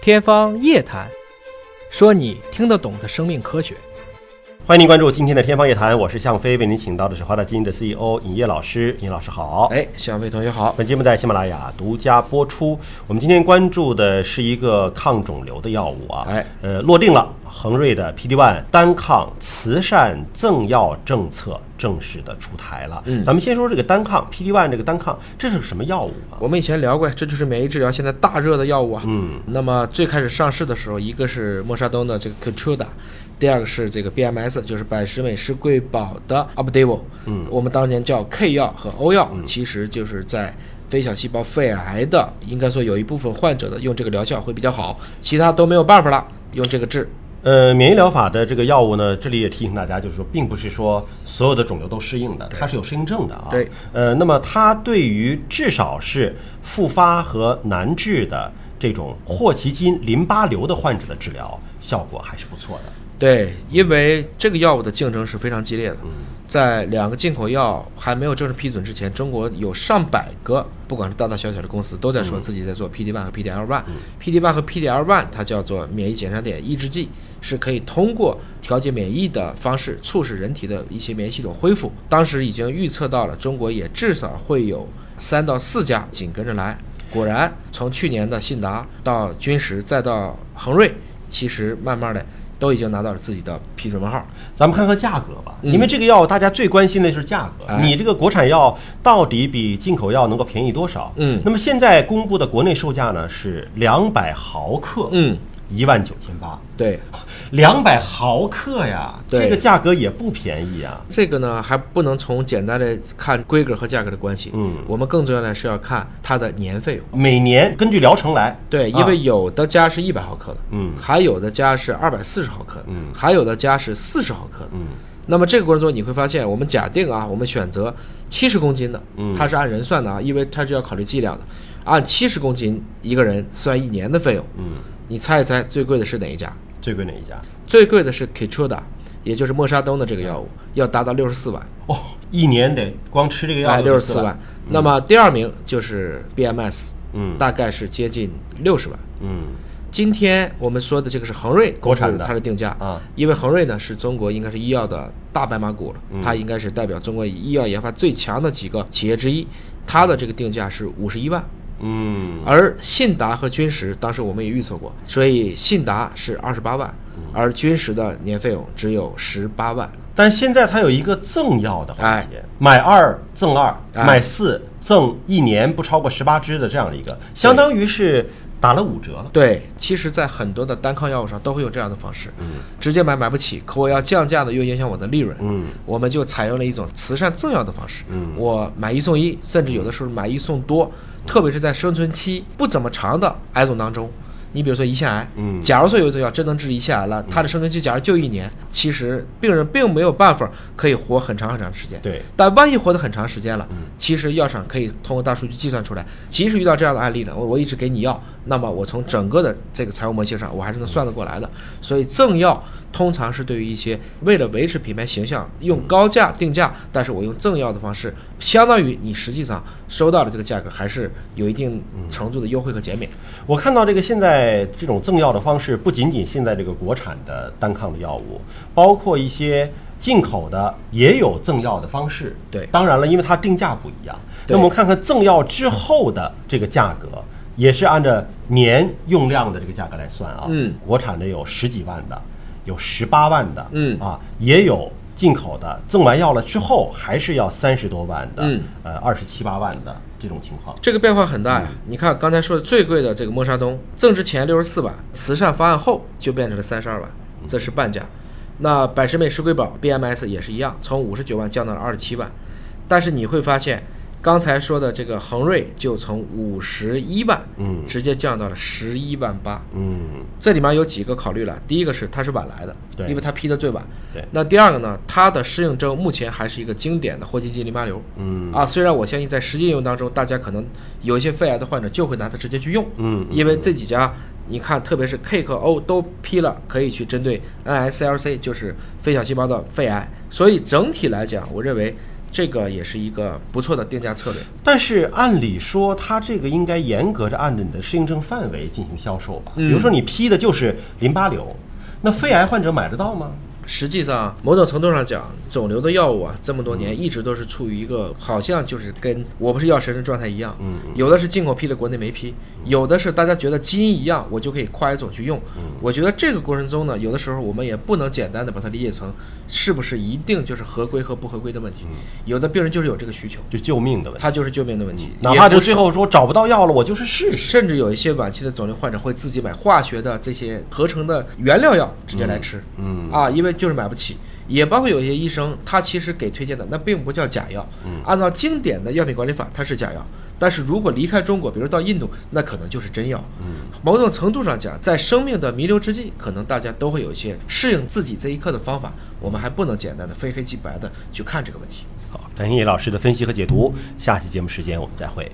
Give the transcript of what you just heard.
天方夜谭，说你听得懂的生命科学。欢迎您关注今天的《天方夜谭》，我是向飞，为您请到的是华大基因的 CEO 尹烨老师。尹老师好，哎，向飞同学好。本节目在喜马拉雅独家播出。我们今天关注的是一个抗肿瘤的药物啊，哎，呃，落定了，恒瑞的 PD-1 单抗慈善赠药政策正式的出台了。嗯，咱们先说这个单抗 PD-1 这个单抗，这是个什么药物啊？我们以前聊过，这就是免疫治疗现在大热的药物啊。嗯，那么最开始上市的时候，一个是默沙东的这个 k e t r u d a 第二个是这个 BMS，就是百时美施贵宝的 Opdivo。嗯，我们当年叫 K 药和 O 药，其实就是在非小细胞肺癌的，应该说有一部分患者的用这个疗效会比较好，其他都没有办法了，用这个治。呃，免疫疗法的这个药物呢，这里也提醒大家，就是说，并不是说所有的肿瘤都适应的，它是有适应症的啊。对。呃，那么它对于至少是复发和难治的这种霍奇金淋巴瘤的患者的治疗效果还是不错的。对，因为这个药物的竞争是非常激烈的。在两个进口药还没有正式批准之前，中国有上百个，不管是大大小小的公司，都在说自己在做 PD-1 和 PDL-1。PD-1 和 PDL-1 它叫做免疫减少点抑制剂，是可以通过调节免疫的方式，促使人体的一些免疫系统恢复。当时已经预测到了，中国也至少会有三到四家紧跟着来。果然，从去年的信达到君实，再到恒瑞，其实慢慢的都已经拿到了自己的批准文号。咱们看看价格吧，嗯因为这个药大家最关心的是价格。哎你这个国产药到底比进口药能够便宜多少？嗯那么现在公布的国内售价呢是两百毫克，嗯，一万九千八。对，两百毫克呀，对这个价格也不便宜啊。这个呢还不能从简单的看规格和价格的关系，嗯我们更重要的是要看它的年费用。每年根据疗程来，对，啊因为有的家是一百毫克的，嗯还有的家是二百四十毫克的，嗯还有的家是四十毫克的，嗯那么这个过程中你会发现，我们假定啊，我们选择七十公斤的嗯，它是按人算的啊，因为它是要考虑剂量的，按七十公斤一个人算一年的费用，嗯，你猜一猜最贵的是哪一家？最贵哪一家？最贵的是 Keytruda，也就是默沙东的这个药物，要达到六十四万。哦，一年得光吃这个药哎，六十嗯四四万。。那么第二名就是 BMS，嗯大概是接近六十万。嗯今天我们说的这个是恒瑞国产的公布它的定价啊，因为恒瑞呢是中国应该是医药的大白马股了，嗯它应该是代表中国医药研发最强的几个企业之一，它的这个定价是五十一万。嗯，而信达和君实，当时我们也预测过，所以信达是二十八万，嗯而君实的年费用只有十八万。但现在它有一个赠药的环节，买二赠二，哎买四赠一年不超过十八支的这样的一个，相当于是打了五折了。对，其实，在很多的单抗药物上都会有这样的方式，直接买买不起，可我要降价的又影响我的利润，嗯，我们就采用了一种慈善赠药的方式，嗯，我买一送一，甚至有的时候买一送多，嗯特别是在生存期不怎么长的癌种当中。你比如说胰腺癌，嗯假如说有一种药真能治胰腺癌了，它的生存期假如就一年，其实病人并没有办法可以活很长很长时间，对但万一活得很长时间了，其实药厂可以通过大数据计算出来，即使遇到这样的案例呢，我我一直给你药，那么我从整个的这个财务模型上，我还是能算得过来的。所以赠药通常是对于一些为了维持品牌形象，用高价定价，但是我用赠药的方式，相当于你实际上收到的这个价格还是有一定程度的优惠和减免。我看到这个现在这种赠药的方式，不仅仅现在这个国产的单抗的药物，包括一些进口的也有赠药的方式。对当然了，因为它定价不一样。对那我们看看赠药之后的这个价格，也是按照年用量的这个价格来算啊。嗯，国产的有十几万的，有十八万的，嗯啊，也有。进口的赠完药了之后，还是要三十多万的，嗯、呃，二十七八万的这种情况。这个变化很大呀！你看刚才说的最贵的这个默沙东，增值前六十四万，慈善方案后就变成了三十二万，这是半价。那百时美施瑰宝 BMS 也是一样，从五十九万降到了二十七万。但是你会发现，刚才说的这个恒瑞就从五十一万，嗯直接降到了十一万八。嗯，这里面有几个考虑了，第一个是它是晚来的，对因为它批的最晚。对那第二个呢，它的适应症目前还是一个经典的霍奇金淋巴瘤。嗯啊，虽然我相信在实际应用当中，大家可能有一些肺癌的患者就会拿它直接去用。嗯因为这几家，你看，特别是 K 和 O 都批了，可以去针对 NSCLC，就是非小细胞的肺癌。所以整体来讲，我认为这个也是一个不错的定价策略。但是按理说，它这个应该严格着按照你的适应症范围进行销售吧？嗯比如说你批的就是淋巴瘤，那肺癌患者买得到吗？实际上，某种程度上讲，肿瘤的药物啊，这么多嗯年一直都是处于一个好像就是跟我不是药神的状态一样，嗯有的是进口批的，国内没批；有的是大家觉得基因一样，我就可以跨一种去用。嗯我觉得这个过程中呢，有的时候我们也不能简单的把它理解成是不是一定就是合规和不合规的问题。嗯有的病人就是有这个需求，就救命的问题，他就是救命的问题，嗯哪也怕不就最后说找不到药了，我就是试试。甚至有一些晚期的肿瘤患者会自己买化学的这些合成的原料药直接来吃，嗯啊，因为就是买不起。也包括有一些医生，他其实给推荐的那并不叫假药，嗯按照经典的药品管理法，它是假药。但是如果离开中国，比如到印度，那可能就是真药。嗯某种程度上讲，在生命的弥留之际，可能大家都会有一些适应自己这一刻的方法。我们还不能简单的非黑即白的去看这个问题。好，感谢叶老师的分析和解读，下期节目时间我们再会。